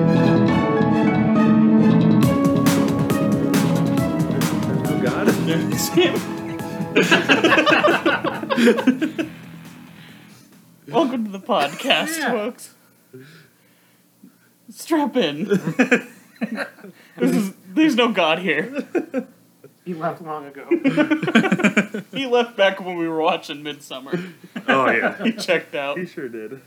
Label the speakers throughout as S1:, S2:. S1: Oh,
S2: Welcome to the podcast,
S3: Yeah.
S2: folks. Strap in. this is, there's no God here.
S3: He left long ago.
S2: He left back when we were watching Midsummer.
S1: oh yeah,
S2: He checked out.
S1: he sure did.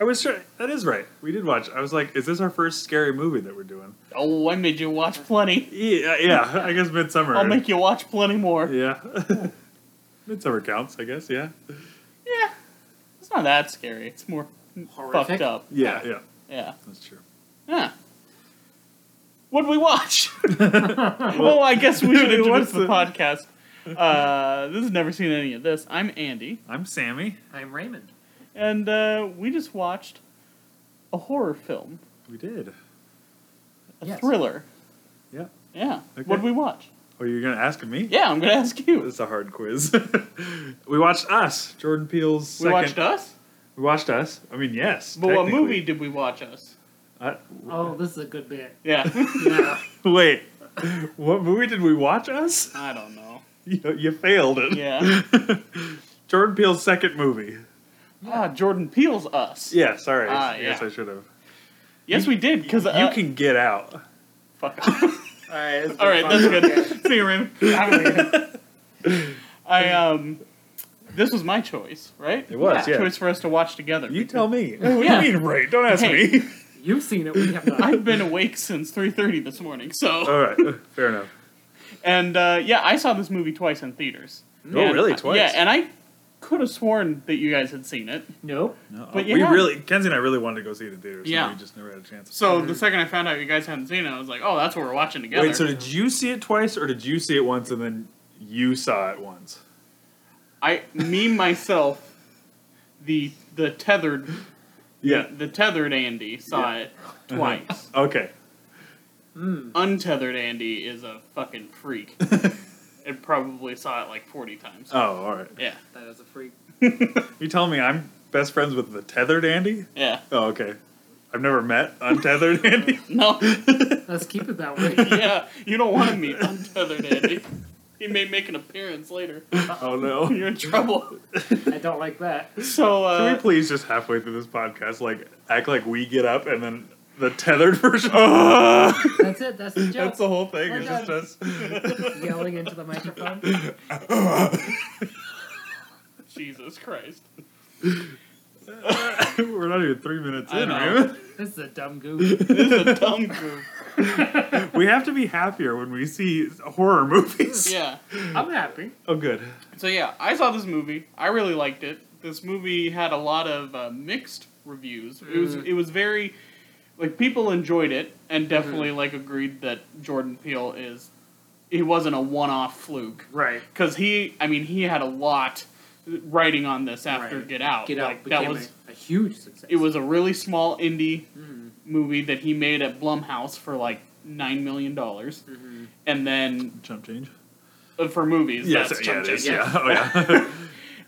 S1: I was sure that is right. We did watch. I was like, is this our first scary movie that we're doing?
S2: Oh, I made you watch plenty.
S1: uh, Yeah, yeah. I guess Midsummer.
S2: I'll make you watch plenty more.
S1: Yeah. Midsummer counts, I guess. Yeah.
S2: Yeah. It's not that scary. It's more
S3: Horrific.
S2: fucked up.
S1: Yeah, yeah.
S2: Yeah.
S1: That's true.
S2: Yeah. What'd we watch? oh, I guess we should
S1: What's
S2: introduce the
S1: the-
S2: podcast. Uh, this has never seen any of this. I'm Andy,
S1: I'm Sammy.
S3: I'm Raymond.
S2: and uh, we just watched a horror film,
S1: We did.
S2: a
S3: Yes.
S2: thriller.
S1: Yeah.
S2: Yeah.
S1: Okay.
S2: What'd we watch?
S1: Oh, you're gonna ask me?
S2: Yeah, I'm gonna ask you.
S1: It's a hard quiz. we watched Us. Jordan Peele's
S2: We
S1: second.
S2: watched us,
S1: We watched Us. I mean, yes.
S2: but what
S1: technically. Uh,
S2: movie did we watch us?
S1: I-
S3: Oh, this is a good bit.
S2: Yeah,
S3: Yeah.
S1: wait. what movie did we watch Us?
S2: I don't know.
S1: You, you failed it.
S2: Yeah.
S1: Jordan Peele's second movie.
S2: Ah, Jordan Peele's Us.
S1: Yeah, sorry.
S2: Ah,
S1: Yes,
S2: yeah.
S1: I should have.
S2: Yes, we did because
S1: you can get out.
S2: fuck off.
S3: All right. it's
S2: All right, that's
S3: been fun.
S2: good. See you, Raymond.
S3: Yeah.
S2: I um, this was my choice, right?
S1: It was, yeah.
S2: Choice for us to watch together.
S1: You tell me.
S2: Yeah.
S1: What do you mean, Ray? Don't ask
S2: Hey.
S1: me.
S3: You've seen it. We have not.
S2: I've been awake since three thirty this morning, so
S1: All right, fair enough.
S2: and uh, yeah, I saw this movie twice in theaters.
S1: Oh,
S2: And-
S1: really? Twice?
S2: Yeah, and I could have sworn that you guys had seen it.
S3: nope.
S1: No,
S2: But
S1: we
S2: yeah.
S1: really, Kenzie and I really wanted to go see it in theaters.
S2: Yeah.
S1: Yeah, we just never had a chance.
S2: So the second I found out you guys hadn't seen it, I was like, oh, that's what we're watching together.
S1: Mm-hmm. wait, so did you see it twice, or did you see it once and then you saw it once?
S2: I me myself, the the tethered
S1: Yeah. Uh-huh.
S2: the tethered Andy saw it twice.
S1: Okay.
S3: Hmm.
S2: Untethered Andy is a fucking freak. and probably saw it like forty times.
S1: Oh, all right.
S2: Yeah,
S3: That is a freak.
S1: You telling me I'm best friends with the tethered Andy?
S2: yeah.
S1: Oh, okay. I've never met untethered Andy.
S2: No,
S3: Let's keep it that way.
S2: yeah, you don't want to meet untethered Andy. He may make an appearance later.
S1: Oh no.
S2: You're in trouble.
S3: I don't like that.
S2: So,
S1: Can
S2: uh,
S1: we please just halfway through this podcast, like act like we get up and then the tethered version? That's
S3: That's it. That's the joke. Oh
S1: the whole thing.
S3: We're
S1: It's just us.
S3: Yelling into the microphone.
S2: Jesus Christ.
S1: We're not even three minutes
S2: I
S1: in,
S2: know.
S1: right?
S3: This is a dumb goof.
S2: This is a dumb goof.
S1: We have to be happier when we see horror movies.
S2: Yeah.
S3: I'm happy.
S1: Oh, good.
S2: So, yeah, I saw this movie. I really liked it. This movie had a lot of uh, mixed reviews. It was it was very like people enjoyed it and definitely like agreed that Jordan Peele is he wasn't a one-off fluke.
S3: Right.
S2: because he, I mean, he had a lot writing on this after
S3: Right.
S2: Get Out.
S3: Get
S2: Like,
S3: out
S2: that
S3: became
S2: was
S3: a, a huge success.
S2: it was a really small indie
S3: Mhm.
S2: movie that he made at Blumhouse for like nine million dollars,
S3: Mhm.
S2: and then
S1: Chump change.
S2: uh, for movies,
S1: Yes,
S2: that's
S1: yeah,
S2: Chump
S1: it is.
S2: Change.
S1: Yeah. Oh, yeah.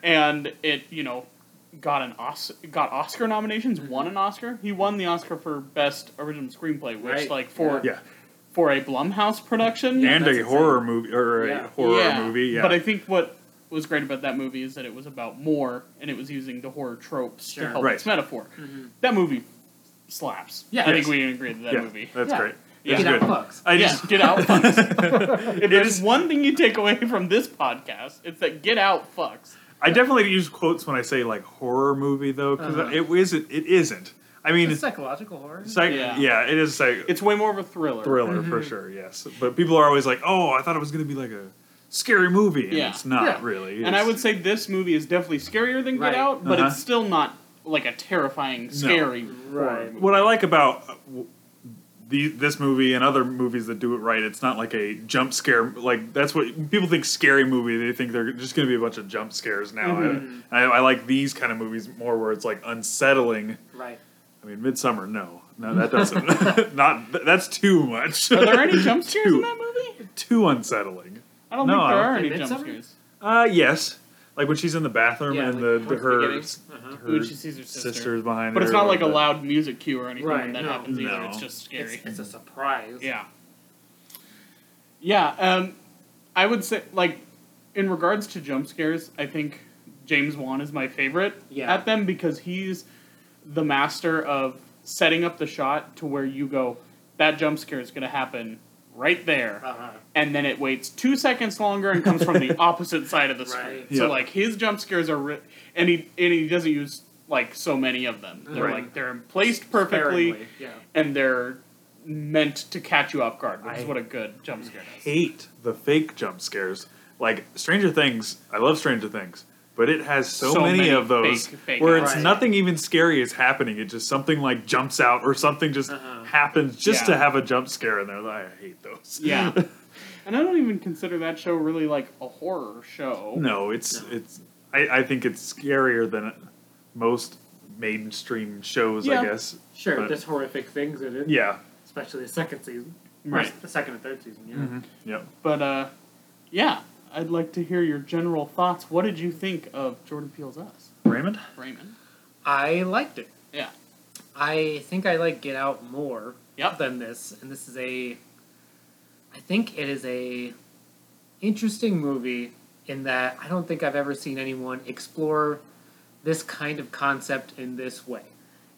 S2: and it you know got an Os- got Oscar nominations,
S3: Mm-hmm.
S2: won an Oscar. He won the Oscar for best original screenplay, which
S3: Right.
S2: like for
S1: yeah.
S2: for a Blumhouse production,
S1: and
S3: that's
S1: a horror movie or a
S3: Yeah.
S1: horror
S2: Yeah,
S1: movie. Yeah.
S2: But I think what was great about that movie is that it was about more, and it was using the horror tropes to
S3: Sure.
S2: help
S1: Right.
S2: its metaphor.
S3: Mhm.
S2: That movie slaps.
S3: Yeah.
S2: I think
S1: Yes.
S2: we can agree that that
S1: yeah,
S2: movie.
S1: That's
S3: Yeah.
S1: great.
S2: Yeah.
S1: It's
S3: Get out
S1: good.
S3: bucks.
S1: I
S2: yeah,
S1: just
S2: Get Out fucks. if
S1: It
S2: there's
S1: is-
S2: one thing you take away from this podcast, it's that Get Out fucks.
S1: I definitely use quotes when I say like horror movie though because
S3: Uh-huh.
S1: it isn't. It isn't. I mean,
S3: It's
S1: it's,
S3: psychological horror.
S1: psych-
S2: Yeah.
S1: yeah. it is psych
S2: It's way more of a thriller.
S1: thriller for sure. Yes, but people are always like, "Oh, I thought it was going to be like a scary movie," and
S2: Yeah.
S1: it's not
S3: Yeah.
S1: really.
S2: And I
S1: It's-
S2: would say this movie is definitely scarier than Get
S3: Right.
S2: Out, but
S1: Uh-huh.
S2: it's still not like a terrifying, scary horror
S3: Right.
S2: movie.
S1: what I like about uh, w- the, this movie and other movies that do it right, it's not like a jump scare. Like that's what people think scary movie. They think they're just going to be a bunch of jump scares now. I, I, I like these kind of movies more, where it's like unsettling.
S3: Right.
S1: I mean, Midsummer, no, no, that doesn't. not th- that's too much.
S2: Are there any jump scares in
S1: Two.
S2: that movie?
S1: too unsettling?
S2: I don't
S1: No,
S2: think
S1: I
S2: there
S1: don't
S2: are
S3: think-
S2: any jump
S3: Midsummer?
S2: scares.
S1: Uh, yes. Like when she's in the bathroom
S3: Yeah,
S1: and
S3: like
S1: the, the
S3: towards the
S1: her,
S3: beginning.
S1: s-
S3: Uh-huh.
S1: her
S2: When she sees her sister.
S1: sister's behind
S2: But
S1: her.
S2: it's not
S1: or
S2: like a
S1: the-
S2: loud music cue or anything
S3: Right,
S2: that
S3: no.
S2: happens either.
S1: No.
S2: It's just scary.
S3: It's, it's a surprise.
S2: yeah. Yeah, um, I would say, like, in regards to jump scares, I think James Wan is my favorite
S3: Yeah.
S2: at them because he's the master of setting up the shot to where you go, that jump scare is going to happen right there.
S3: Uh-huh.
S2: and then it waits two seconds longer and comes from the opposite side of the screen.
S3: Right.
S2: So
S1: Yeah.
S2: like his jump scares are, ri- and he and he doesn't use like so many of them. They're
S3: Right.
S2: like they're placed perfectly
S3: Sparingly, Yeah.
S2: and they're meant to catch you off guard, which is
S1: I
S2: what a good jump scare does.
S1: hate the fake jump scares. Like Stranger Things, I love Stranger Things, but it has so,
S2: So
S1: many,
S2: many
S1: of those
S2: fake- fake
S1: where it's
S3: Right.
S1: nothing even scary is happening. It just something like jumps out or something just
S3: Uh-huh.
S1: happens just
S2: Yeah.
S1: to have a jump scare in there. Like, I hate those.
S2: Yeah, and I don't even consider that show really like a horror show.
S1: no, it's
S3: No.
S1: it's. I, I think it's scarier than most mainstream shows.
S2: Yeah.
S1: I guess.
S3: Sure,
S1: But-
S3: there's horrific things in it.
S1: Yeah.
S3: Especially the second season. Or
S2: Right.
S3: The second and third season, yeah.
S1: Mm-hmm. Yep.
S2: But uh, yeah, I'd like to hear your general thoughts. What did you think of Jordan Peele's Us,
S1: Raymond.
S2: Raymond?
S3: I liked it.
S2: Yeah.
S3: I think I like Get Out more
S2: Yep.
S3: than this, and this is a. I think it is a interesting movie in that I don't think I've ever seen anyone explore this kind of concept in this way,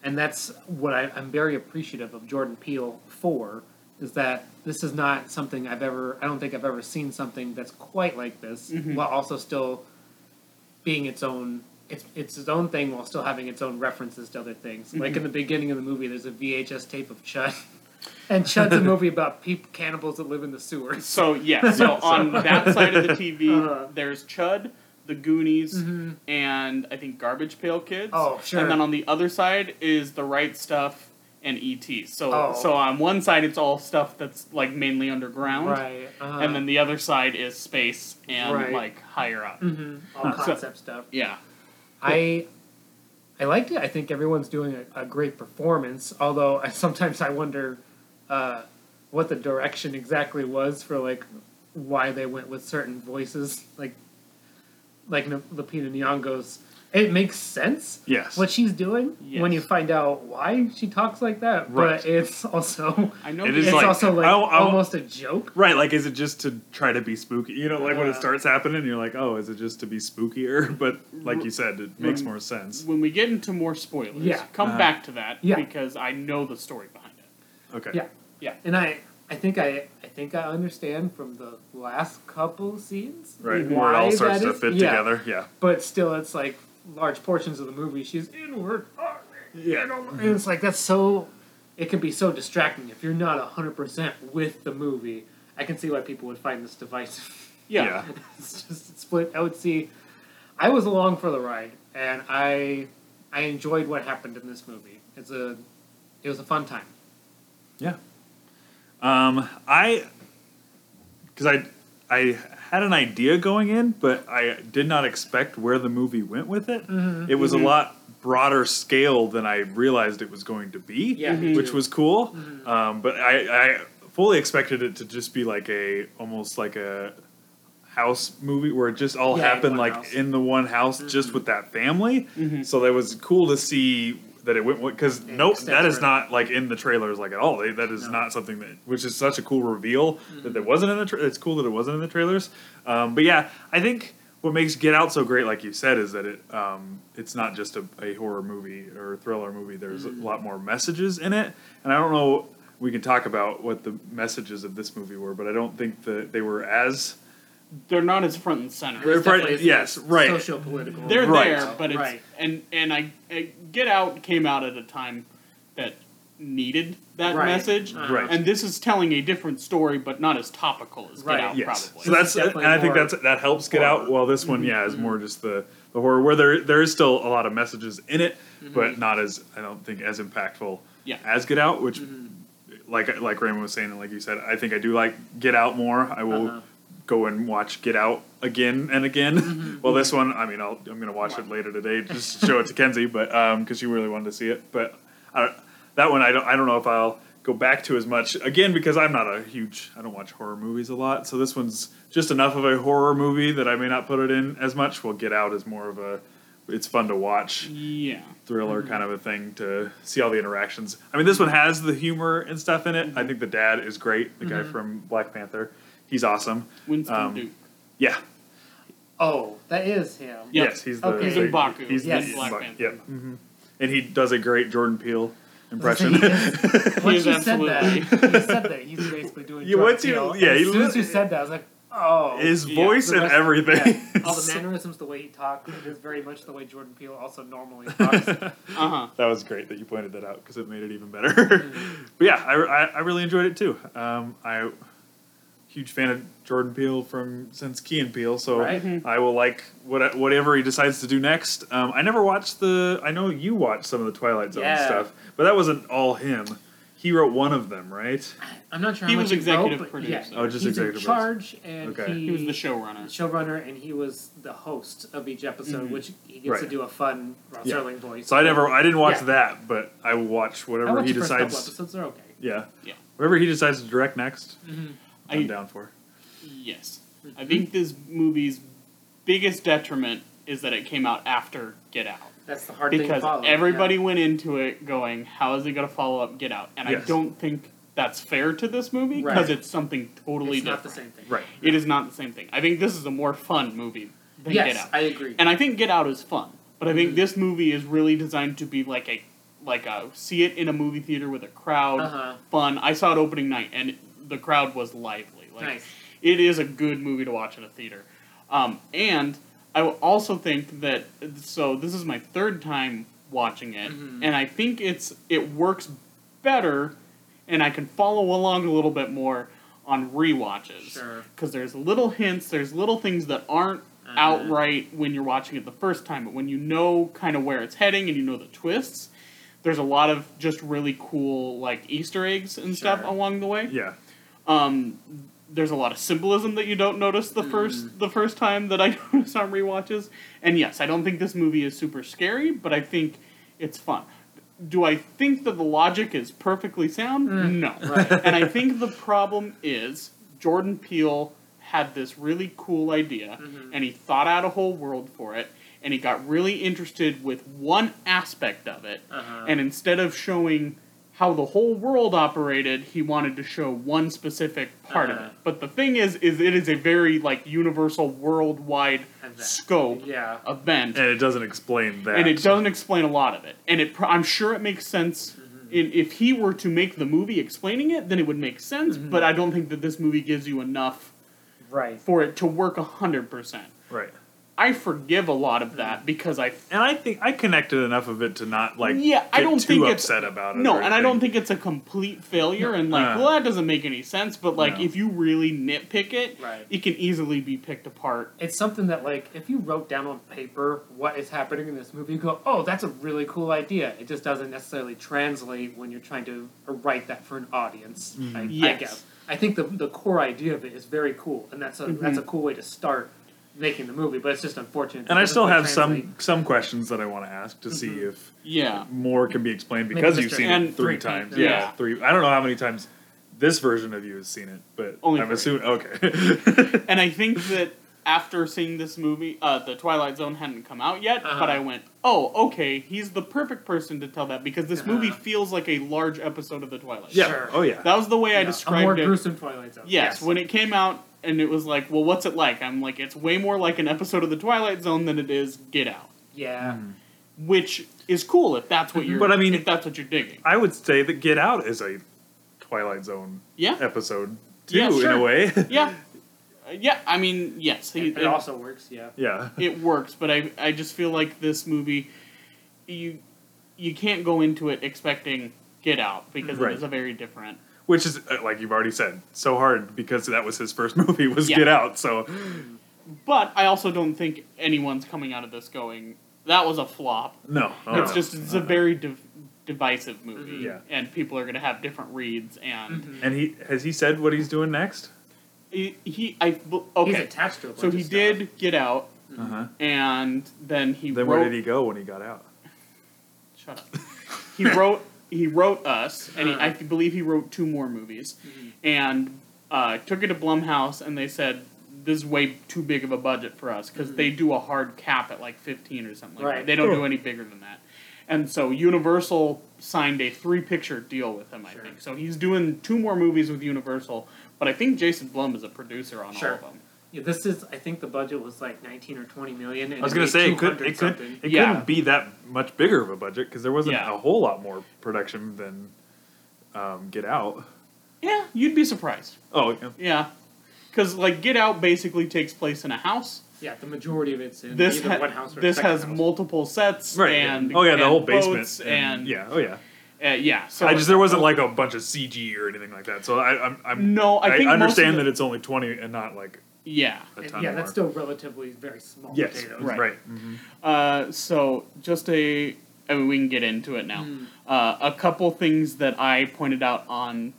S3: and that's what I, I'm very appreciative of Jordan Peele for is that this is not something I've ever. I don't think I've ever seen something that's quite like this,
S2: Mhm.
S3: while also still being its own it's it's its own thing while still having its own references to other things. Like in the beginning of the movie, there's a VHS tape of Chud, and Chud's a movie about peep cannibals that live in the sewers.
S2: So yeah, so on that side of the TV,
S3: Uh-huh. Mm-hmm.
S2: there's Chud, the Goonies, and I think Garbage Pail Kids.
S3: Oh, sure.
S2: And then on the other side is the right stuff and ET. So
S3: Oh.
S2: so on one side it's all stuff that's like mainly underground,
S3: Right, uh,
S2: and then the other side is space and
S3: Right.
S2: like higher up.
S3: Mhm, all
S2: Huh.
S3: concept stuff.
S2: Yeah.
S3: I I liked it. I think everyone's doing a, a great performance. Although I, sometimes I wonder uh, what the direction exactly was for like why they went with certain voices, like like N- Lupita Nyong'o's. It makes sense
S1: Yes.
S3: what she's doing
S2: Yes.
S3: when you find out why she talks like that,
S1: Right.
S3: but it's also
S2: I know
S1: It
S2: the-
S1: is
S3: it's
S1: like-
S3: also like
S1: I'll- I'll-
S3: almost a joke.
S1: Right, like is it just to try to be spooky? You know, like when
S3: Yeah.
S1: it starts happening, you're like, oh, is it just to be spookier? But like you said, it makes
S3: Mm.
S1: more sense.
S2: when we get into more spoilers,
S3: Yeah.
S2: come
S1: Uh-huh.
S2: back to that
S3: Yeah.
S2: because I know the story behind it.
S1: Okay.
S3: Yeah.
S2: Yeah.
S3: And I, I think I, I think I understand from the last couple scenes,
S1: Right, where
S3: why
S1: it all
S3: that
S1: starts to
S3: is-
S1: fit
S3: yeah.
S1: together. Yeah.
S3: But still, it's like large portions of the movie. She's inward, arming,
S1: Yeah.
S3: inward. and it's like that's so. It can be so distracting if you're not hundred percent with the movie. I can see why people would find this divisive.
S2: yeah.
S3: it's just split. I would see. I was along for the ride, and I, I enjoyed what happened in this movie. It's a, it was a fun time.
S1: Yeah. Um, I, because I, I had an idea going in, but I did not expect where the movie went with it.
S3: Mm-hmm.
S1: It was a lot broader scale than I realized it was going to be,
S3: Yeah, Mm-hmm. me
S1: which
S3: too.
S1: was cool. Um, but I, I fully expected it to just be like a almost like a house movie where it just all
S3: Yeah, in
S1: happened
S3: one
S1: like
S3: house.
S1: in the one house just with that family. So that was cool to see that it went because
S3: It
S1: nope,
S3: extends
S1: that is
S3: further.
S1: not like in the trailers like at all. They, that is
S3: No.
S1: not something that which is such a cool reveal that that wasn't in the. Tra- it's cool that it wasn't in the trailers. Um, but yeah, I think what makes Get Out so great, like you said, is that it um, it's not just a, a horror movie or thriller movie. There's a lot more messages in it, and I don't know. We can talk about what the messages of this movie were, but I don't think that they were as
S2: They're not as front and center.
S1: Right,
S3: Definitely
S1: yes, right.
S3: Social political.
S2: they're
S1: Right.
S2: there, but it's
S3: Right.
S2: and and I, I Get Out came out at a time that needed that
S3: Right.
S2: message,
S3: Uh-huh.
S1: Right.
S2: and this is telling a different story, but not as topical as
S3: Right.
S2: Get Out
S1: Yes.
S2: probably.
S1: So that's
S3: This is
S1: and I think
S3: definitely
S1: that's that helps get out.
S3: horror.
S1: While this one, yeah, is more just the the horror where there there is still a lot of messages in it, but not as I don't think as impactful
S2: Yeah.
S1: as Get Out, which like like Raymond was saying and like you said, I think I do like Get Out more. I will
S3: Uh-huh.
S1: go and watch Get Out again and again. well, this one, I mean, I'll, I'm going to watch it
S2: Wow.
S1: later today just to show it to Kenzie, but um 'cause because she really wanted to see it, but I don't, that one I don't I don't know if I'll go back to as much again because I'm not a huge I don't watch horror movies a lot. So this one's just enough of a horror movie that I may not put it in as much. Well, Get Out is more of a it's fun to watch
S2: yeah,
S1: thriller kind of a thing to see all the interactions. I mean, this one has the humor and stuff in it. I think the dad is great, the guy from Black Panther. He's awesome.
S2: Winston
S1: Um,
S2: Duke.
S1: Yeah.
S3: Oh, that is him.
S2: Yeah.
S1: Yes, he's the
S3: Okay. He's
S2: in Baku.
S1: He's the-
S3: Yes.
S2: Black
S1: Baku,
S2: Panther.
S1: yeah. and he does a great Jordan Peele impression.
S3: He is- Once
S2: is
S3: you said
S2: absolutely-
S3: that, you said that he's basically doing.
S1: Yeah,
S3: drug
S1: once you-
S3: deal.
S1: yeah,
S3: As
S1: he
S3: soon as you
S1: lit-
S3: said that, I was like, oh.
S1: His
S2: Yeah.
S1: voice
S3: The
S1: and
S3: rest-
S1: everything.
S3: yeah. all the mannerisms, the way he talks, it is very much the way Jordan Peele also normally talks.
S2: Uh huh.
S1: That was great that you pointed that out because it made it even better.
S3: Mm-hmm.
S1: but yeah, I, I, I really enjoyed it too. Um, I huge fan of Jordan Peele from since Key and Peele, so
S3: Right.
S1: I will like what, whatever he decides to do next. Um, I never watched the. I know you watched some of the Twilight Zone
S3: Yeah.
S1: stuff, but that wasn't all him. He wrote one of them, right?
S3: I'm not sure.
S2: He
S3: how
S2: was
S3: much
S2: executive
S3: wrote, but
S2: producer.
S3: Yeah,
S1: Oh, just
S3: he's
S1: executive
S3: in charge, and
S1: Okay.
S2: He was the showrunner.
S3: showrunner, and he was the host of each episode,
S2: Mhm.
S3: which he gets
S1: Mm-hmm. Right.
S3: to do a fun Ross
S1: Yeah.
S3: Sterling voice.
S1: So I never. I didn't watch
S3: Yeah.
S1: that, but I watched
S3: I
S1: whatever
S3: watched
S1: he
S3: the first couple
S1: decides.
S3: episodes; they're okay.
S1: Yeah.
S2: Yeah.
S1: Whatever he decides to direct next,
S3: Mm-hmm.
S1: I'm
S2: I,
S1: down for.
S2: yes. I think this movie's biggest detriment is that it came out after Get Out.
S3: That's the hard thing to
S2: because
S3: follow.
S2: everybody went into it going, "How is he going to follow up Get Out?" And I
S1: Yes.
S2: don't think that's fair to this movie
S3: Right.
S2: because it's something totally
S3: it's
S2: different.
S3: not the same thing.
S1: Right.
S2: It is not the same thing. I think this is a more fun movie than Get
S3: Yes,
S2: Out,
S3: I agree.
S2: and I think Get Out is fun, but I think
S3: Mhm.
S2: this movie is really designed to be like a like a see it in a movie theater with a crowd,
S3: Uh-huh.
S2: fun. I saw it opening night, and the crowd was lively. Like,
S3: nice.
S2: it is a good movie to watch in a theater. Um, and I will also think that so this is my third time watching it,
S3: Mhm.
S2: and I think it's it works better, and I can follow along a little bit more on rewatches
S3: Sure.
S2: because there's little hints, there's little things that aren't
S3: Uh-huh.
S2: outright when you're watching it the first time, but when you know kind of where it's heading and you know the twists, there's a lot of just really cool like Easter eggs and stuff
S3: Sure.
S2: along the way
S1: Yeah.
S2: um, there's a lot of symbolism that you don't notice the
S3: Mm.
S2: first the first time that I notice on rewatches. And yes, I don't think this movie is super scary, but I think it's fun. Do I think that the logic is perfectly sound? No.
S3: Right.
S2: and I think the problem is Jordan Peele had this really cool idea
S3: Mm-hmm.
S2: and he thought out a whole world for it and he got really interested with one aspect of it
S3: Uh-huh.
S2: and instead of showing how the whole world operated, he wanted to show one specific part of
S3: Uh-huh.
S2: it. But the thing is, is it is a very like universal, worldwide
S3: Event.
S2: scope
S3: yeah.
S2: event,
S1: And it doesn't explain that.
S2: and it doesn't explain a lot of it. And it, pro- I'm sure it makes sense.
S3: Mm-hmm.
S2: In, if he were to make the movie explaining it, then it would make sense.
S3: Mm-hmm.
S2: But I don't think that this movie gives you enough
S3: Right.
S2: for it to work hundred percent.
S1: Right.
S2: I forgive a lot
S3: Mm-hmm.
S2: of that because I
S1: And I think I connected enough of it to not like
S2: Yeah, I
S1: get
S2: don't
S1: too
S2: think it's-
S1: upset about it.
S2: No,
S1: or
S2: and I don't
S1: anything.
S2: think it's a complete failure. And like,
S1: Uh.
S2: well, that doesn't make any sense. But like,
S1: No.
S2: if you really nitpick it,
S3: Right.
S2: it can easily be picked apart.
S3: It's something that, like, if you wrote down on paper what is happening in this movie, you go, "Oh, that's a really cool idea." It just doesn't necessarily translate when you're trying to write that for an audience. I, I
S2: Mm-hmm. Yes.
S3: guess. I think the the core idea of it is very cool, and that's a
S2: Mm-hmm.
S3: that's a cool way to start making the movie. But it's just unfortunate. that
S1: And I
S3: doesn't
S1: still
S3: quite
S1: have
S3: translate.
S1: some some questions that I want to ask to see if
S2: Yeah.
S1: more can be explained because you've
S3: Mr.
S1: seen
S2: And
S1: it three
S3: three
S1: times.
S3: times.
S2: Yeah.
S1: three. I don't know how many times this version of you has seen it, but
S2: Only
S1: I'm
S2: three.
S1: assuming okay.
S2: And I think that after seeing this movie, uh, the Twilight Zone hadn't come out yet,
S3: Uh-huh.
S2: but I went, oh, okay, he's the perfect person to tell that because this movie
S3: Uh-huh.
S2: feels like a large episode of the Twilight.
S1: yeah.
S2: Zone.
S3: Sure.
S1: Oh yeah.
S2: That was the way I
S3: Yeah, a more
S2: described it.
S3: gruesome Twilight Zone.
S2: Yes, when it came out and it was like, well, what's it like? I'm like, it's way more like an episode of the Twilight Zone than it is Get Out.
S3: yeah.
S2: Mm-hmm. which is cool if that's
S3: Mm-hmm.
S2: what you're.
S1: But I mean-
S2: if that's what you're digging,
S1: I would say that Get Out is a Twilight Zone
S2: yeah,
S1: episode too,
S2: Yeah,
S1: in
S2: sure.
S1: a way.
S2: yeah, Uh, yeah. I mean, yes, he-
S3: It,
S2: it,
S3: also works. Yeah.
S1: yeah.
S2: it works, but I I just feel like this movie, you you can't go into it expecting Get Out because
S1: Right.
S2: it is a very different.
S1: Which is uh, like you've already said, so hard because that was his first movie was
S2: Yeah.
S1: Get Out. So
S2: But I also don't think anyone's coming out of this going that was a flop.
S1: no, Uh-huh. no,
S2: it's
S1: Oh, no.
S2: just it's a very div- divisive movie,
S3: Mhm.
S1: Yeah.
S2: and people are going to have different reads. And
S1: And he has he said what he's doing next?
S2: he, he I okay,
S3: Mm-hmm. He's attached to a bunch
S2: so he
S3: of stuff.
S2: did Get Out.
S1: Uh-huh.
S2: and then he
S1: Then
S2: wrote.
S1: where did he go when he got out?
S2: Shut up. He wrote. He wrote us, and he, I
S3: Uh-huh.
S2: believe he wrote two more movies,
S3: Mhm.
S2: and uh, took it to Blumhouse, and they said this is way too big of a budget for us because they do a hard cap at like fifteen or something. Like
S3: Mm-hmm. Right.
S2: that. They don't
S1: Sure.
S2: do any bigger than that, and so Universal signed a three-picture deal with him. I
S3: Sure.
S2: think so. He's doing two more movies with Universal, but I think Jason Blum is a producer on
S3: Sure.
S2: all of them.
S3: Yeah, this is. I think the budget was like 19 or 20 million. And
S1: I was
S3: it
S1: gonna
S3: made
S1: say it could
S3: 200
S1: it could
S3: something.
S1: it
S2: Yeah.
S1: couldn't be that much bigger of a budget because there wasn't
S2: Yeah.
S1: a whole lot more production than um, Get Out.
S2: Yeah, you'd be surprised.
S1: Oh, yeah.
S2: Yeah, because like Get Out basically takes place in a house.
S3: Yeah, the majority of it's in
S2: This
S3: either
S2: ha-
S3: one house or
S2: this
S3: second
S2: has
S3: house.
S2: multiple sets
S1: right. yeah.
S2: and
S1: oh yeah, the
S2: and
S1: whole basement
S2: boats and,
S1: yeah, oh yeah.
S2: uh, yeah. So
S1: I just there wasn't like a bunch of CG or anything like that. So I I'm, I'm
S2: No, Mm, I think most of
S1: understand
S2: the-
S1: that it's only twenty and not like
S2: yeah.
S1: a
S3: And
S1: ton.
S3: yeah,
S1: more.
S3: that's still relatively very small
S1: yes,
S3: potatoes.
S2: Right.
S1: right. mhm.
S2: Uh, so just a, I mean, we can get into it now. Uh, a couple things that I pointed out on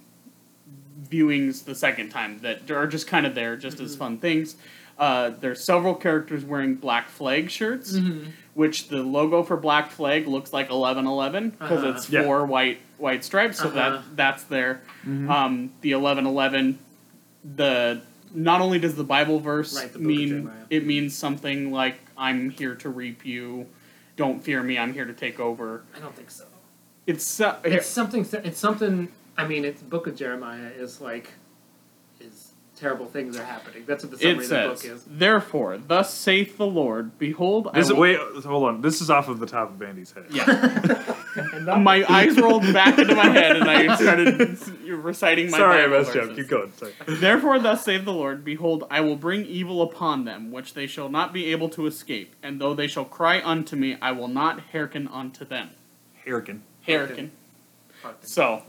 S2: viewings the second time that are just kind of there, just as fun things. Uh, there's several characters wearing black flag shirts,
S3: Hmm. Mm-hmm.
S2: which the logo for black flag looks like eleven eleven because
S3: Uh-huh.
S2: it's
S1: Yeah.
S2: four white white stripes. So
S3: Uh-huh.
S2: that that's there.
S1: Mm-hmm.
S2: Um, the eleven eleven, the not only does the Bible verse
S3: Right, the Book of
S2: mean
S3: Jeremiah.
S2: it means something like I'm here to reap you, don't fear me, I'm here to take over.
S3: I don't think so.
S2: It's so,
S3: It's something. It's something. I mean, it's Book of Jeremiah is like, is terrible things are happening. That's what the
S2: it
S3: summary of the book
S2: says,
S3: is.
S2: therefore, thus saith the Lord, behold,
S1: This
S2: I
S1: is,
S2: will-
S1: wait, hold on. This is off of the top of Andy's head.
S2: Yeah,
S3: And that-
S2: my eyes rolled back into my head, and I started reciting my.
S1: Sorry, I
S2: Bible
S1: messed you up.
S2: verses.
S1: Keep going. Sorry.
S2: Therefore, thus saith the Lord Behold, I will bring evil upon them, which they shall not be able to escape. And though they shall cry unto me, I will not hearken unto them.
S1: Harrigan.
S2: Hearken.
S3: Fuck.
S2: So,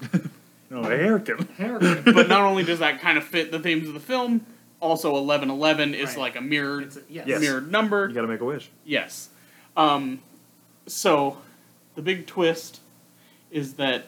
S1: No, Harrigan.
S3: Harrigan.
S2: but not only does that kind of fit the themes of the film, also 1111 is
S3: Right.
S2: like a mirrored,
S3: It's a- yes.
S1: Yes.
S2: mirrored number.
S1: You gotta make a wish.
S2: Yes. Um, so, the big twist is that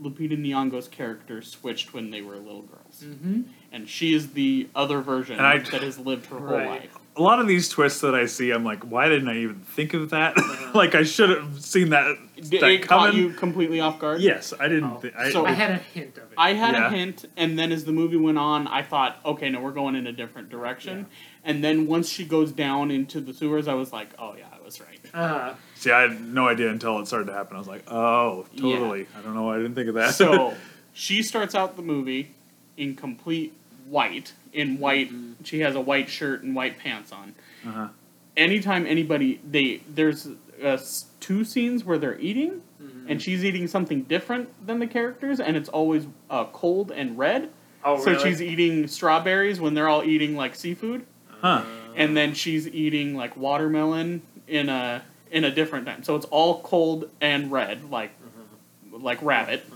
S2: Lupita Nyong'o's character switched when they were little girls.
S3: Mm-hmm.
S2: And she is the other version
S1: And I-
S2: that has lived her whole
S3: Right.
S2: life.
S1: A lot of these twists that I see, I'm like, why didn't I even think of that?
S3: Uh-huh.
S1: like, I should have seen that,
S2: Did
S1: that
S2: it caught you completely off guard?
S1: Yes, I didn't.
S3: Oh.
S1: thi- I,
S2: So-
S3: I had a hint of it.
S2: I had a
S1: Yeah.
S2: hint, and then as the movie went on, I thought, okay, no, we're going in a different direction. And then once she goes down into the sewers, I was like, oh yeah, I was right.
S3: uh,
S1: see, I had no idea until it started to happen. I was like, oh, totally. I don't know why I didn't think of that.
S2: so she starts out the movie in complete white. In white, she has a white shirt and white pants on.
S1: Uh-huh.
S2: Anytime anybody they there's uh, s- two scenes where they're eating, and she's eating something different than the characters, and it's always uh, cold and red.
S3: oh,
S2: so
S3: really?
S2: she's eating strawberries when they're all eating like seafood,
S1: Huh.
S2: and
S3: Oh.
S2: then she's eating like watermelon in a in a different time. So it's all cold and red, like
S3: Mm-hmm.
S2: like rabbit.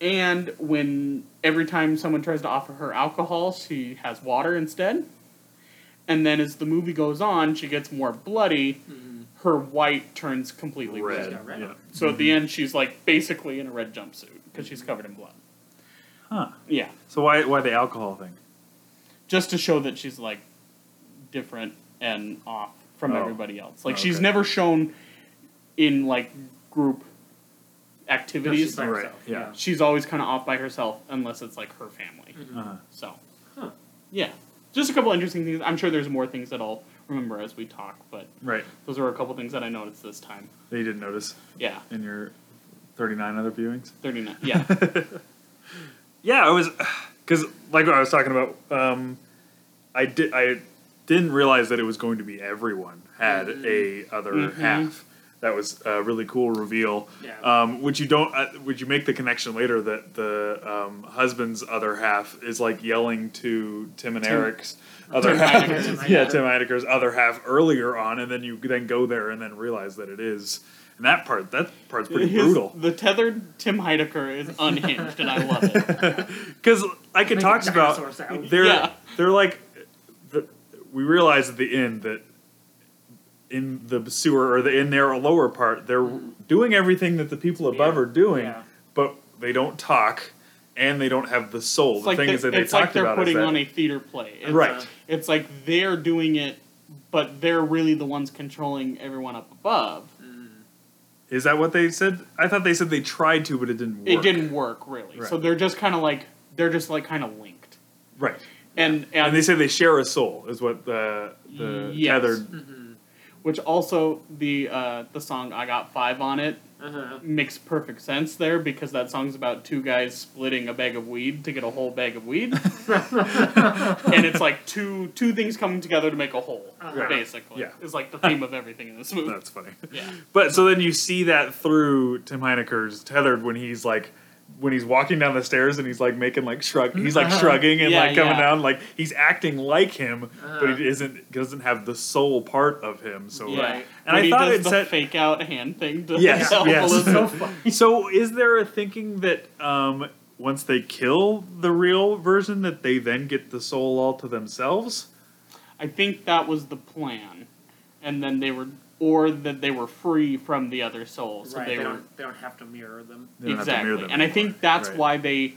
S2: And when every time someone tries to offer her alcohol, she has water instead. And then as the movie goes on, she gets more bloody. Her white turns completely red.
S1: Red.
S3: got Mm-hmm. red. Mm-hmm.
S1: Yeah.
S2: So at the end, she's like basically in a red jumpsuit because she's covered in blood.
S1: Huh.
S2: Yeah,
S1: So why why the alcohol thing?
S2: just to show that she's like different and off from
S1: Oh.
S2: everybody else. Like
S1: Oh,
S2: she's
S1: okay.
S2: never shown in like group
S3: No, she's
S2: activities.
S3: by
S1: Right,
S3: herself.
S1: yeah.
S2: she's always kind of off by herself unless it's like her family.
S1: Uh-huh.
S2: So,
S3: Huh.
S2: yeah, just a couple interesting things. I'm sure there's more things that I'll remember as we talk, but
S1: Right.
S2: those are a couple things that I noticed this time.
S1: That you didn't notice
S2: Yeah,
S1: in your 39 other viewings?
S2: 39. Yeah,
S1: yeah, I was because like what I was talking about. Um, I did. I didn't realize that it was going to be everyone had a other
S2: Mhm.
S1: half. That was a really cool reveal.
S3: Yeah.
S1: Um, which you don't. Uh, which you make the connection later that the um, husband's other half is like yelling to Tim and Eric's other
S2: Tim
S1: half.
S2: Heidecker. Tim
S1: yeah,
S3: Heidecker.
S1: Tim Heideker's other half earlier on, and then you then go there and then realize that it is. And that part, that part's pretty
S2: His-
S1: brutal.
S2: The tethered Tim Heidecker is unhinged, and I love it.
S1: Because like it
S3: Make a
S1: talks about
S3: dinosaur sound.
S1: they're
S2: Yeah.
S1: they're like the, we realize at the end that in the sewer or the in their lower part they're doing everything that the people above
S3: Mm-hmm. Yeah.
S1: are doing,
S3: Yeah.
S1: but they don't talk and they don't have the soul.
S2: It's
S1: the
S2: like
S1: thing
S2: they,
S1: is that they
S2: it's like
S1: talked
S2: they're
S1: about
S2: putting
S1: is that,
S2: on a theater play. It's,
S1: right.
S2: It's like they're doing it, but they're really the ones controlling everyone up above.
S1: Is that what they said? I thought they said they tried to, but it didn't work.
S2: It didn't work really. So
S1: Right.
S2: they're just kind of like they're just like kind of linked.
S1: Right.
S2: And and,
S1: And they say they share a soul is what the the
S2: Yes.
S1: tethered
S2: which also the uh, the song I Got Five on it
S3: Uh-huh.
S2: makes perfect sense there because that song's about two guys splitting a bag of weed to get a whole bag of weed, and it's like two two things coming together to make a whole.
S3: Uh-huh.
S2: Basically,
S1: Yeah.
S2: is like the theme of everything in this movie.
S1: That's funny.
S2: Yeah.
S1: But so then you see that through Tim Heineker's tethered when he's like when he's walking down the stairs and he's like making like shrug he's like
S3: Uh-huh.
S1: shrugging and
S2: Yeah,
S1: like coming
S2: yeah.
S1: down like he's acting like him
S3: Uh-huh.
S1: but he isn't doesn't have the soul part of him so
S2: Yeah.
S1: like,
S2: When
S1: and I
S2: he
S1: thought
S2: does
S1: it
S2: the
S1: said
S2: fake out hand thing to
S1: Yes,
S2: help
S1: yes.
S2: Elizabeth.
S3: so funny.
S1: so is there a thinking that um once they kill the real version that they then get the soul all to themselves
S2: I think that was the plan, and then they were, or that they were free from the other soul, so
S3: right,
S2: they,
S3: they,
S2: were
S3: don't, they don't have to mirror them.
S1: They don't have to
S2: exactly.
S1: mirror them
S2: and I think
S1: anymore.
S2: that's
S1: Right.
S2: why they,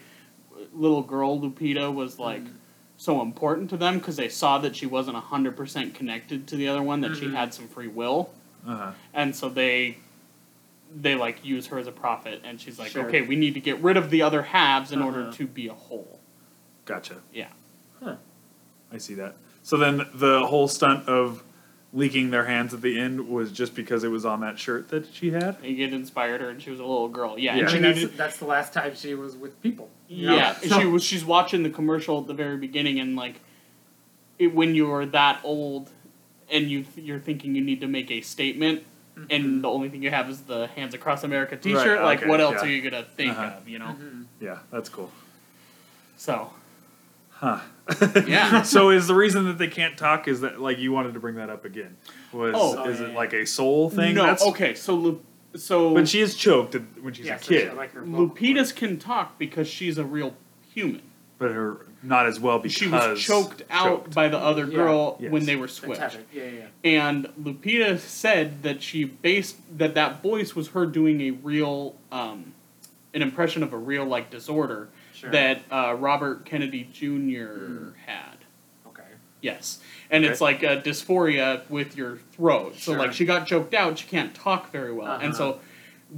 S2: little girl Lupita was like
S3: Mhm.
S2: so important to them because they saw that she wasn't hundred percent connected to the other one, that
S3: Mhm.
S2: she had some free will,
S1: uh-huh.
S2: and so they. They like use her as a prophet, and she's like,
S3: Sure.
S2: "Okay, we need to get rid of the other halves in order
S3: Uh-huh.
S2: to be a whole."
S1: gotcha
S2: Yeah,
S3: Huh.
S1: I see that. So then the whole stunt of leaking their hands at the end was just because it was on that shirt that she had.
S2: and it inspired her, and she was a little girl. Yeah,
S1: Yeah.
S2: and
S3: I
S2: she
S3: mean,
S2: needed,
S3: that's, that's the last time she was with people. you know?
S2: Yeah,
S3: So-
S2: she was. She's watching the commercial at the very beginning, and like, it, when you're that old, and you you're thinking you need to make a statement, and the only thing you have is the Hands Across America T-shirt.
S1: Mm-hmm. Right,
S2: like,
S1: okay,
S2: what else
S1: yeah.
S2: are you gonna think
S1: Uh-huh.
S2: of? You know.
S3: Mhm.
S1: Yeah, that's cool.
S2: So
S1: Huh.
S2: yeah,
S1: so is the reason that they can't talk is that like you wanted to bring that up again? Was
S2: Oh.
S1: is it like a soul thing?
S2: no,
S1: That's-
S2: okay. So Lu- so
S1: But she is choked at- when she's
S3: Yeah,
S1: a
S3: so she-
S1: kid,
S3: like her vocal cords.
S2: Lupita's can talk because she's a real human.
S1: but her not as well because
S2: She was choked out
S1: choked.
S2: by the other
S3: Yeah.
S2: girl
S1: Yes.
S2: when they were
S3: The
S2: switched.
S3: tether, Yeah, yeah,
S2: and Lupita said that she based that that voice was her doing a real um, an impression of a real like disorder
S3: Sure.
S2: that uh, Robert Kennedy Jr. had.
S3: yeah. Okay.
S2: Yes, and it's like a dysphoria with your throat. So
S3: Sure.
S2: like she got choked out, she can't talk very well, and so.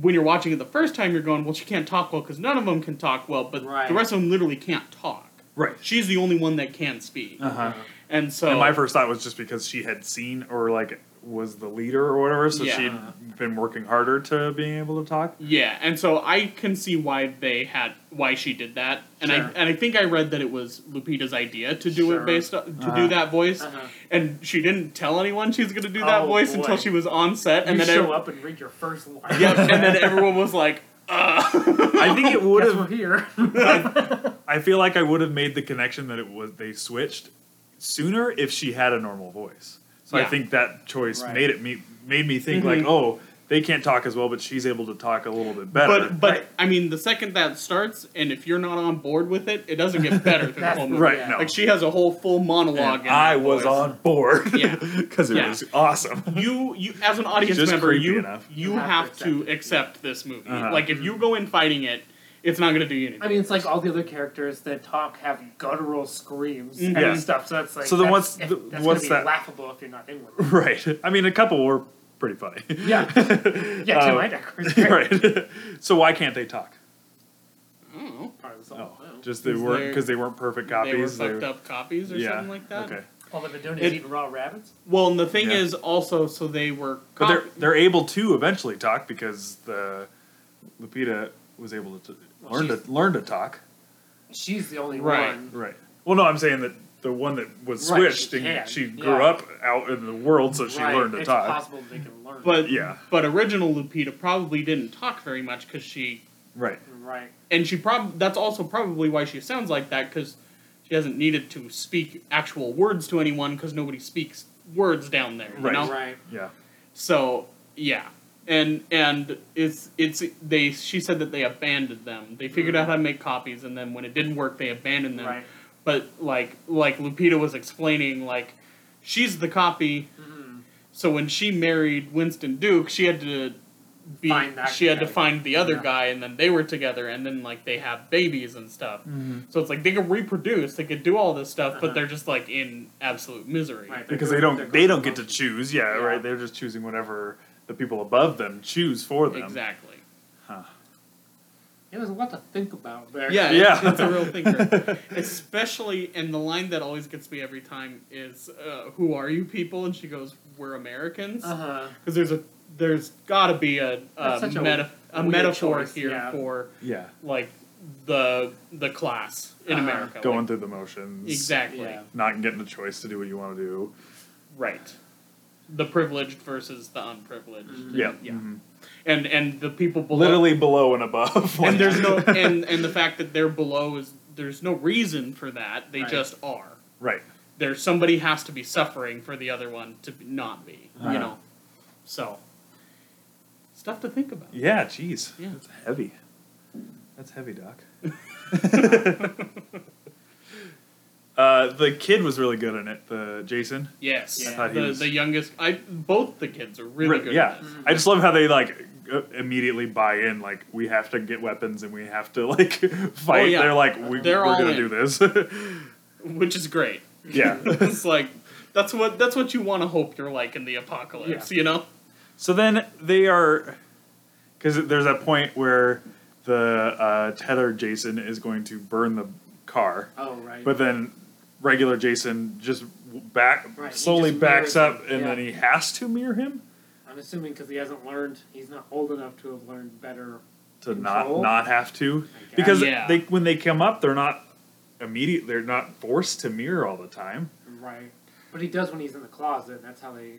S2: When you're watching it the first time, you're going, "Well, she can't talk well because none of them can talk well, but
S3: Right.
S2: the rest of them literally can't talk.
S1: right.
S2: She's the only one that can speak."
S1: Uh huh.
S2: And so,
S1: and my first thought was just because she had seen or like was the leader or whatever, so
S2: Yeah.
S1: she'd been working harder to being able to talk.
S2: Yeah, and so I can see why they had why she did that, and I
S3: Sure.
S2: and I think I read that it was Lupita's idea to do
S3: Sure.
S2: it based on, to
S1: Uh-huh.
S2: do that voice,
S3: Uh-huh.
S2: and she didn't tell anyone she was going to do that
S3: Oh,
S2: voice
S3: boy.
S2: until she was on set, and
S3: you
S2: then
S3: show
S2: ev-
S3: up and read your first line.
S2: Yep, and then everyone was like,
S1: I think it would
S3: Guess
S1: have
S3: we're here.
S1: I feel like I would have made the connection that it was they switched sooner if she had a normal voice. So I
S2: Yeah.
S1: think that choice
S3: Right.
S1: made it me made me think like,
S2: Mhm.
S1: oh, they can't talk as well, but she's able to talk a little bit better.
S2: but but
S3: Right.
S2: I mean, the second that starts, and if you're not on board with it, it doesn't get better through the
S3: That's-
S2: whole movie.
S1: right
S3: Yeah.
S1: no,
S2: Like she has a whole full
S1: And
S2: monologue. in
S1: I
S2: that
S1: was
S2: voice.
S1: on board
S2: Yeah.
S1: because it
S2: Yeah.
S1: was awesome.
S2: you you as an audience
S1: Just
S2: member
S1: creepy
S2: you
S1: enough.
S2: you have to accept this movie.
S1: Uh-huh.
S2: Like if you go in fighting it, it's not going to do you anything.
S3: I mean, it's like all the other characters that talk have guttural screams and
S1: Mm-hmm. Yeah.
S3: stuff. So that's like
S1: So then
S3: that's- eh,
S1: what's the-
S3: that's gonna
S1: what's
S3: be
S1: that-
S3: laughable if you're not in one.
S1: Right. I mean, a couple were pretty funny.
S3: Yeah, yeah. Tim
S1: Um,
S3: Heidecker is great.
S1: right. so why can't they talk?
S2: I don't know.
S3: Part of the song.
S1: Oh,
S3: I don't know.
S1: just they
S2: Is
S1: weren't
S2: there-
S1: because they weren't perfect
S2: they were
S1: copies.
S2: fucked up copies or
S1: yeah.
S2: something like that.
S1: Okay.
S3: all they've been doing is
S2: It-
S3: eating raw rabbits.
S2: Well, and the thing
S1: Yeah.
S2: is also, so they were.
S1: But they're
S2: cop-
S1: they're able to eventually talk because the Lupita was able to t-
S3: Well,
S1: learn to
S3: she's-
S1: learn to talk.
S3: She's the only
S2: Right.
S3: one.
S1: Right. Well, no, I'm saying that the one that was
S3: Right,
S1: switched
S3: she can,
S1: and she
S3: yeah.
S1: grew up out in the world, so she
S3: Right,
S1: learned to
S3: it's
S1: talk.
S3: possible they can learn.
S2: But
S1: Yeah.
S2: But original Lupita probably didn't talk very much because she,
S1: Right.
S3: right,
S2: and she probably that's also probably why she sounds like that because she hasn't needed to speak actual words to anyone because nobody speaks words down there. You
S1: Right.
S2: Know?
S3: right,
S1: Yeah.
S2: So yeah, and and it's it's they. She said that they abandoned them. They figured out how to make copies, and then when it didn't work, they abandoned them.
S3: Mm. right.
S2: but like like Lupita was explaining, like she's the copy.
S3: Mhm.
S2: So when she married Winston Duke, she had to be
S3: Find that
S2: she had to
S3: guy.
S2: find the other
S3: Yeah.
S2: guy, and then they were together, and then like they have babies and stuff. So it's like they could reproduce, they could do all this stuff,
S3: Uh-huh.
S2: but they're just like in absolute misery.
S3: Right.
S1: Because they
S3: They're- they're
S1: don't they don't
S3: going
S1: get to choose. Yeah,
S3: Yeah.
S1: Right. They're just choosing whatever the people above them choose for them.
S2: Exactly.
S1: Huh.
S3: It was a lot to think about there.
S2: Yeah,
S1: Yeah.
S2: It's, it's a real thinker. Especially, and the line that always gets me every time is, uh, "Who are you people?" And she goes, "We're Americans."
S3: Uh
S2: Because
S3: huh.
S2: there's a there's got to be a a,
S3: That's such a
S2: meta- a,
S3: weird
S2: metaphor
S3: choice,
S2: here
S3: yeah.
S2: for
S1: Yeah.
S2: like the the class in
S3: Uh-huh.
S2: America.
S1: Going
S2: Like,
S1: through the motions.
S2: exactly
S3: Yeah.
S1: Not getting a choice to do what you want to do.
S2: right. The privileged versus the unprivileged.
S3: Mhm.
S1: Yeah.
S2: Yeah.
S1: Mhm.
S2: And and the people below
S1: Literally below and above.
S2: and there's no and and the fact that they're below is there's no reason for that. They
S3: Right.
S2: just are.
S1: right.
S2: there somebody has to be suffering for the other one to be- not be
S1: Uh-huh.
S2: you know so stuff to think about
S1: Yeah. Jeez.
S2: Yeah.
S1: That's heavy. That's heavy, Doc. uh, the kid was really good in it. The Jason.
S2: yes
S3: I thought
S1: he
S2: the,
S1: was-
S2: the youngest i both the kids are really
S1: Re-
S2: good
S1: yeah,
S2: at this.
S1: I just love how they like uh, immediately buy in. Like we have to get weapons and we have to like fight.
S2: yeah.
S1: They're like we,
S2: They're
S1: we're
S2: all
S1: gonna
S2: in.
S1: do this.
S2: which is great
S1: yeah.
S2: it's like that's what that's what you want to hope you're like in the apocalypse you know
S1: So then they are, because there's that point where the uh, tethered Jason is going to burn the car,
S3: Oh right.
S1: but then regular Jason just back
S3: Right, he
S1: slowly
S3: just
S1: backs
S3: mirrors him,
S1: up and
S3: yeah.
S1: then he has to mirror him
S3: I'm assuming because he hasn't learned, he's not old enough to have learned better.
S1: to not
S3: Control?
S1: not have to
S3: I guess.
S1: because
S2: Yeah.
S1: they when they come up they're not immediate they're not forced to mirror all the time.
S3: Right. But he does when he's in the closet. That's how they.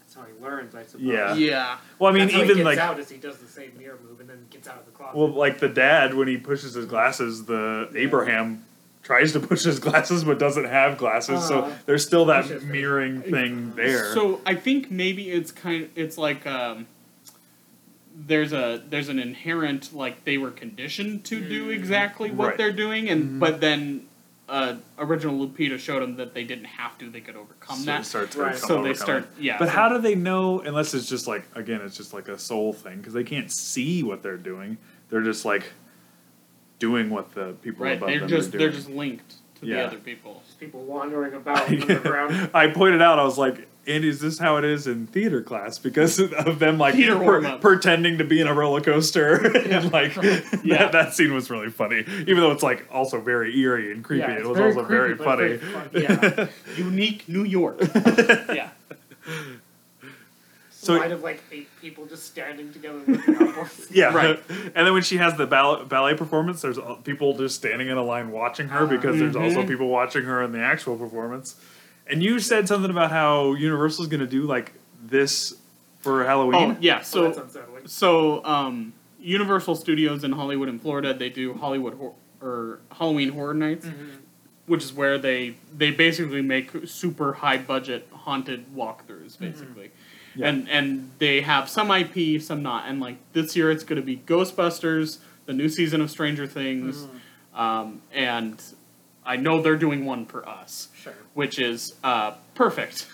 S3: That's how he learns, I suppose.
S1: Yeah.
S2: yeah
S1: Well, I mean
S3: That's how he
S1: even
S3: gets
S1: like
S3: out is he does the same mirror move and then gets out of the closet.
S1: well like the dad when he pushes his glasses the
S3: Yeah.
S1: Abraham tries to push his glasses but doesn't have glasses
S3: Aw.
S1: so there's still
S3: Push
S1: that
S3: his-
S1: mirroring thing there.
S2: So I think maybe it's kind. It's like um, there's a there's an inherent like they were conditioned to do
S3: Mm.
S2: exactly what
S1: Right.
S2: they're doing, and
S1: Mhm.
S2: but then uh, original Lupita showed them that they didn't have to. They could overcome
S1: So it
S2: that.
S1: starts to
S3: Right.
S1: become
S2: So they
S1: overcoming.
S2: start. Yeah.
S1: But
S2: so-
S1: how do they know? Unless it's just like again, it's just like a soul thing because they can't see what they're doing. They're just like doing what the people
S2: right?
S1: above
S2: They're
S1: them
S2: just
S1: are
S2: they're
S1: doing.
S2: just linked to
S1: Yeah.
S2: the other people.
S3: people wandering about underground.
S1: I pointed out, I was like, "Andy, is this how it is in theater class?" Because of them like
S2: Theater
S1: per-
S2: warm-up.
S1: pretending to be in a roller coaster, and like
S2: Yeah.
S1: that, that scene was really funny. Even though it's like also very eerie and creepy,
S3: Yeah,
S1: it
S3: it's
S1: was
S3: very
S1: also very
S3: creepy, but
S1: funny.
S3: it's very fun, yeah.
S2: Unique New York. yeah.
S1: So-
S3: so line of like eight people just standing together. looking upwards.
S1: Yeah,
S2: Right.
S1: And then when she has the ball- ballet performance, there's all- people just standing in a line watching her because there's also
S2: Mhm.
S1: people watching her in the actual performance. And you said something about how Universal's going to do like this for Halloween.
S2: Oh yeah.
S3: so
S2: So
S3: that's unsettling.
S2: So, um, Universal Studios in Hollywood and Florida, they do Hollywood hor- or Halloween Horror Nights, which is where they they basically make super high budget haunted walkthroughs, basically.
S1: Yeah.
S2: And and they have some IP, some not. And like this year, it's going to be Ghostbusters, the new season of Stranger Things, um, and I know they're doing one for us,
S3: Sure.
S2: which is uh, perfect.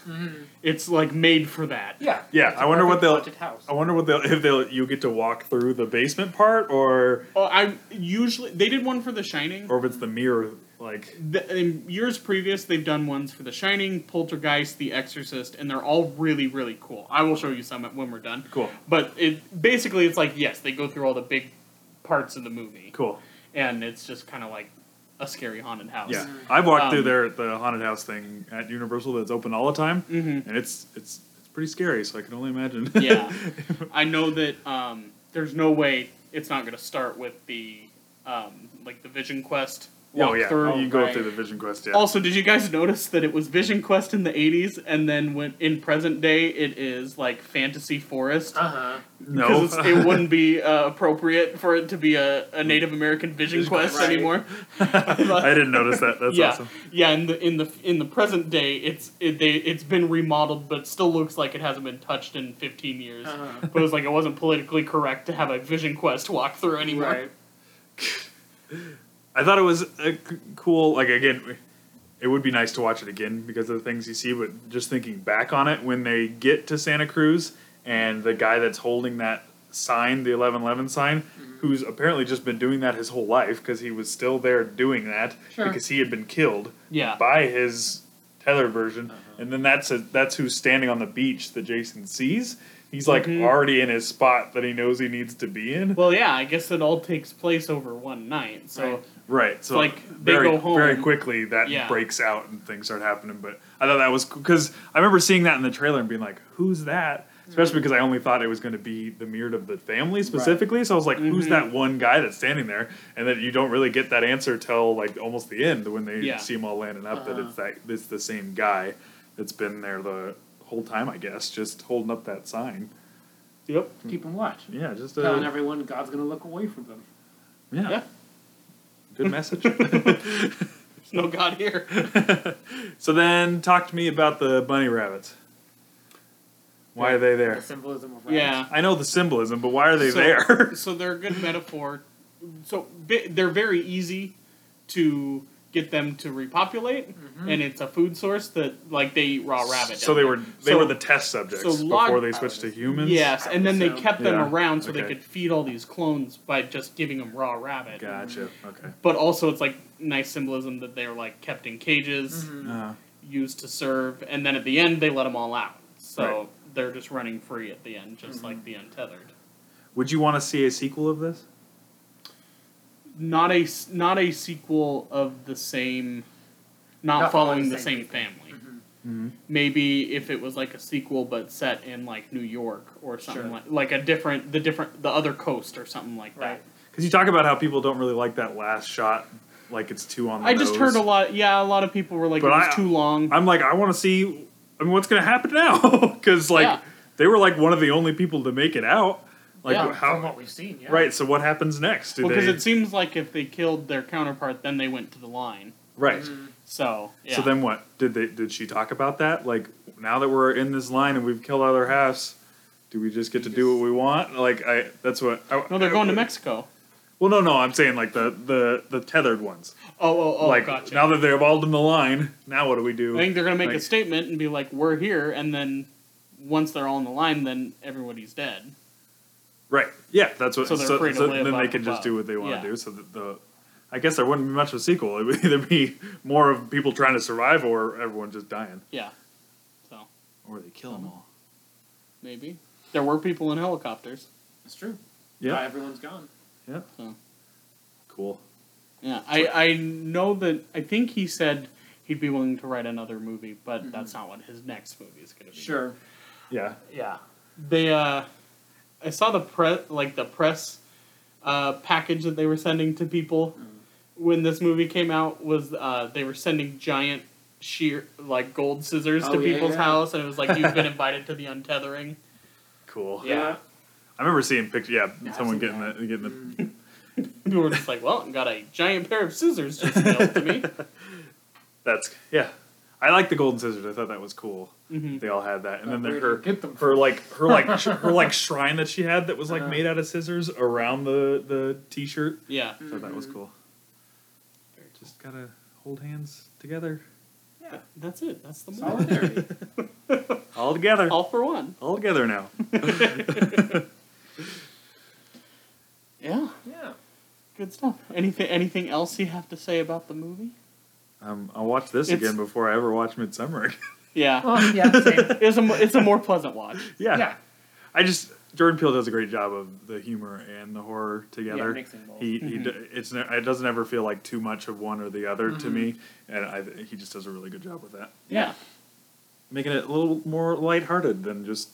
S2: It's like made for that.
S3: Yeah.
S1: Yeah,
S3: It's
S1: I
S3: a
S1: wonder what
S3: perfect
S1: they'll-
S3: haunted house.
S1: I wonder what they'll if they'll you get to walk through the basement part or
S2: Oh, I usually they did one for The Shining.
S1: or if it's the mirror like
S2: the, in years previous, they've done ones for The Shining, Poltergeist, The Exorcist, and they're all really, really cool. I will show you some when we're done.
S1: cool
S2: But it basically, it's like yes, they go through all the big parts of the movie,
S1: cool
S2: and it's just kind of like a scary haunted house.
S1: yeah. I've walked through
S2: Um,
S1: there the haunted house thing at Universal that's open all the time,
S2: Mhm.
S1: and it's it's it's pretty scary. So I can only imagine. Oh,
S2: Yeah. I know that um, there's no way it's not going to start with the um, like the Vision Quest.
S1: Oh yeah,
S2: walkthrough.
S1: you go
S3: right.
S1: through the Vision Quest. Yeah.
S2: Also, did you guys notice that it was Vision Quest in the 80s, and then when in present day it is like Fantasy Forest?
S3: Uh huh.
S1: Uh-huh. no,
S2: Because it wouldn't be uh, appropriate for it to be a, a Native American Vision
S1: Vision
S2: Quest
S3: Quest.
S2: anymore.
S1: I didn't notice that. That's
S2: yeah,
S1: awesome.
S2: yeah. In the in the in the present day, it's it, they it's been remodeled, but still looks like it hasn't been touched in fifteen years.
S3: Uh-huh.
S2: But it was like it wasn't politically correct to have a Vision Quest walkthrough anymore.
S3: Right.
S1: I thought it was a c- cool. Like again, it would be nice to watch it again because of the things you see. But just thinking back on it, when they get to Santa Cruz and the guy that's holding that sign, the eleven eleven sign,
S2: Mm-hmm.
S1: who's apparently just been doing that his whole life because he was still there doing that
S3: Sure.
S1: because he had been killed
S2: Yeah.
S1: by his tether version, and then that's a, that's who's standing on the beach that Jason sees. He's like
S2: Mhm.
S1: already in his spot that he knows he needs to be in.
S2: Well, yeah, I guess it all takes place over one night. So
S3: Right.
S1: Right. So
S2: like, they
S1: very,
S2: go home.
S1: very quickly that
S2: Yeah.
S1: breaks out and things start happening. But I thought that was because I remember seeing that in the trailer and being like, "Who's that?" Especially
S2: Mm-hmm.
S1: because I only thought it was going to be the beard of the family specifically. So I was like, "Who's
S2: Mm-hmm.
S1: that one guy that's standing there?" And then you don't really get that answer till like almost the end when they
S2: Yeah.
S1: see him all landing up that
S3: Uh-huh.
S1: it's that it's the same guy that's been there the whole time. I guess just holding up that sign.
S2: yep,
S3: Keep them watch.
S1: Yeah, just a,
S3: Telling everyone God's going to look away from them.
S2: yeah,
S1: yeah, good message.
S2: there's no God here.
S1: so then, talk to me about the bunny rabbits. Why are they
S3: The
S1: there?
S3: symbolism of
S2: Yeah.
S1: I know the symbolism, but why are they
S2: so,
S1: there?
S2: so they're a good metaphor. So bi- they're very easy to get them to repopulate, and it's a food source that like they eat raw rabbit.
S1: so
S2: down
S1: they
S2: there.
S1: were they
S2: So-
S1: were the test subjects
S2: so log-
S1: before they switched to humans.
S2: Yes, and then they
S3: So-
S2: kept them
S1: Yeah,
S2: around so they
S1: okay.
S2: could feed all these clones by just giving them raw rabbit.
S1: Gotcha. Okay.
S2: But also, it's like nice symbolism that they were like kept in cages,
S1: Uh,
S2: used to serve, and then at the end they let them all out. So
S1: Right.
S2: they're just running free at the end, just like the untethered.
S1: would you want to see a sequel of this?
S2: Not a s- not a sequel of the same, not,
S3: Not
S2: following the
S3: same
S2: same family.
S1: Mhm.
S2: Maybe if it was like a sequel, but set in like New York or something
S3: Sure.
S2: like like a different the different the other coast or something like that.
S3: Right.
S1: Because you talk about how people don't really like that last shot, like it's too on the
S2: I just
S1: nose.
S2: heard a lot. Yeah, a lot of people were like,
S1: But
S2: "It was
S1: I-
S2: too long."
S1: I'm like, I want to see. I mean, what's going to happen now? Because like
S2: Yeah.
S1: they were like one of the only people to make it out. Like
S2: Yeah.
S3: From
S1: how
S3: what we've seen, yeah.
S1: Right. So what happens next? Do
S2: Well, because
S1: they
S2: it seems like if they killed their counterpart, then they went to the line.
S1: right?
S2: So yeah.
S1: So then what did they? Did she talk about that? Like now that we're in this line and we've killed all their halves, do we just get to do what we want? Like I. That's what. I,
S2: no, they're going to Mexico.
S1: Well, no, no. I'm saying like the the the tethered ones.
S2: Oh, oh, oh,
S1: like
S2: gotcha.
S1: now that they're all in the line, now what do we do?
S2: I think they're going to make a
S1: like-
S2: statement and be like, "We're here," and then once they're all in the line, then everybody's dead.
S1: Right. Yeah, that's what.
S2: So
S1: So,
S2: they're free to
S1: so
S2: live
S1: then they
S2: up
S1: can just
S2: above.
S1: do what they want
S2: Yeah.
S1: to do. So that the, I guess there wouldn't be much of a sequel. It would either be more of people trying to survive or everyone just dying,
S2: Yeah. So
S1: or they kill them all.
S2: maybe there were people in helicopters.
S3: It's true. Why
S1: Yeah.
S3: everyone's gone.
S1: Yeah.
S2: So.
S1: Cool.
S2: Yeah, I I know that. I think he said he'd be willing to write another movie, but that's not what his next movie is going to be.
S3: Sure.
S1: Yeah.
S2: Yeah. They uh I saw the press like the press uh package that they were sending to people
S3: Hmm.
S2: when this movie came out was uh they were sending giant sheer like gold scissors
S3: Oh,
S2: to
S3: yeah,
S2: people's
S3: yeah.
S2: house and it was like you've been invited to the untethering.
S1: Cool.
S2: Yeah.
S1: I remember seeing pictures. Yeah,
S3: Yeah, I've
S1: someone
S3: seen
S1: getting the
S3: that.
S1: getting the.
S3: Mm.
S2: People were just like, Well, got a giant pair of scissors just mailed to me.
S1: That's yeah. I like the golden scissors. I thought that was cool.
S2: Mm-hmm.
S1: They all had that, and then
S3: Where
S1: the,
S3: do you
S1: her
S3: get them
S1: her like her like sh- her like shrine that she had that was like
S3: Uh-huh.
S1: made out of scissors around the the t shirt.
S2: Yeah.
S1: So that was cool. Just gotta hold hands together.
S3: Yeah.
S2: That's it. That's the movie.
S3: Solidarity.
S1: All together. All,
S2: All for one.
S1: together now.
S2: Yeah.
S3: yeah.
S2: Good stuff. Anything anything else you have to say about the movie?
S1: Um, I'll watch this
S2: It's-
S1: again before I ever watch Midsummer again.
S2: Yeah.
S3: Well, yeah, same.
S2: It's a mo- it's a more pleasant watch.
S1: yeah.
S3: Yeah.
S1: I just Jordan Peele does a great job of the humor and the horror together.
S3: mixing both.
S1: he
S2: Mm-hmm.
S1: he d it's ne- it doesn't ever feel like too much of one or the other to me,
S2: Mm-hmm.
S1: and I, he just does a really good job with that,
S2: Yeah.
S1: making it a little more lighthearted than just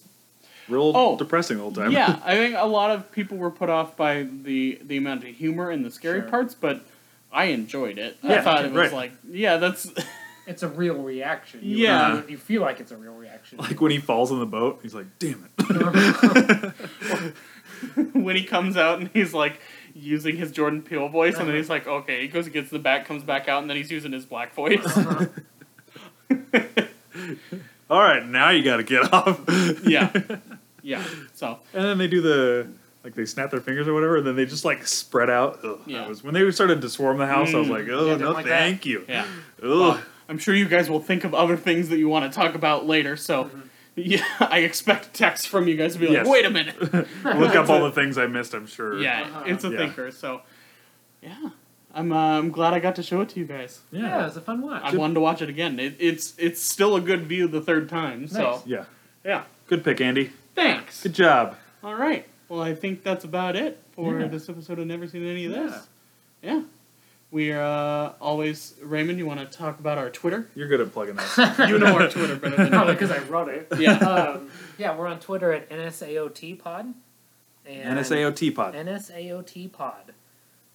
S1: real
S2: Oh.
S1: depressing the whole time.
S2: Yeah, I think a lot of people were put off by the the amount of humor and the scary
S3: Sure.
S2: parts, but I enjoyed it. I
S1: Yeah,
S2: thought it was
S1: right.
S2: like, yeah, that's
S3: It's a real reaction. You
S2: Yeah.
S3: really- you feel like it's a real reaction.
S1: like when he falls on the boat, he's like, "Damn it!"
S2: when he comes out and he's like using his Jordan Peele voice, and then he's like, okay, he goes and gets the back, comes back out, and then he's using his black voice.
S1: Uh-huh. All right, now you got to get off. and
S2: yeah, yeah. So
S1: then they do the like they snap their fingers or whatever, and then they just like spread out. Ugh, that
S2: Yeah.
S1: was when they started to swarm the house. I was
S2: Mm.
S1: like, "Oh
S3: Yeah,
S1: no,
S3: don't like that.
S1: thank you."
S2: yeah, Uh,
S1: Ugh.
S2: I'm sure you guys will think of other things that you want to talk about later. So. Yeah, I expect texts from you guys to be like,
S1: Mm-hmm. Yes.
S2: "Wait a minute,
S1: Look up all the things I missed. I'm sure.
S2: Yeah,
S3: Uh-huh.
S2: it's a
S1: Yeah.
S2: thinker. So, yeah, I'm uh, I'm glad I got to show it to you guys.
S3: yeah,
S1: Yeah.
S3: it's a fun watch.
S2: I wanted to watch it again. It, it's it's still a good view the third time. So
S3: Nice.
S1: Yeah.
S2: yeah,
S1: Good pick, Andy.
S2: Thanks.
S1: Good job.
S2: All right. Well, I think that's about it for
S1: Yeah.
S2: this episode of Never Seen Any of This. Yeah. We're uh, always Raymond. You want to talk about our Twitter?
S1: You're good at plugging that.
S2: You know our Twitter better than I.
S3: Probably because I wrote it.
S2: Yeah.
S3: Um, yeah, we're on Twitter at NSAOT Pod. And
S1: NSAOT pod.
S3: NSAOT Pod.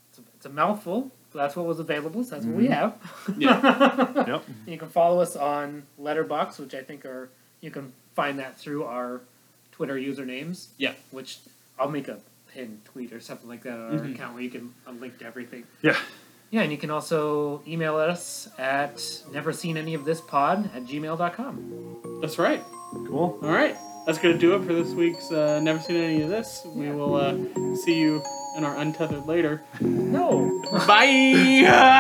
S3: It's a, it's a mouthful. but That's what was available, so that's what we have.
S2: Yeah.
S1: Yep.
S3: You can follow us on Letterbox, which I think are you can find that through our Twitter usernames.
S2: Yeah.
S3: Which I'll make a pin tweet or something like that on our account where you can uh, link to everything.
S1: Yeah.
S3: Yeah, and you can also email us at never seen any of this pod at gmail.com.
S2: That's right.
S1: Cool.
S2: All right. That's going to do it for this week's uh, Never Seen Any of This. We
S3: Yeah.
S2: will uh, see you in our Untethered later.
S3: No.
S2: Bye!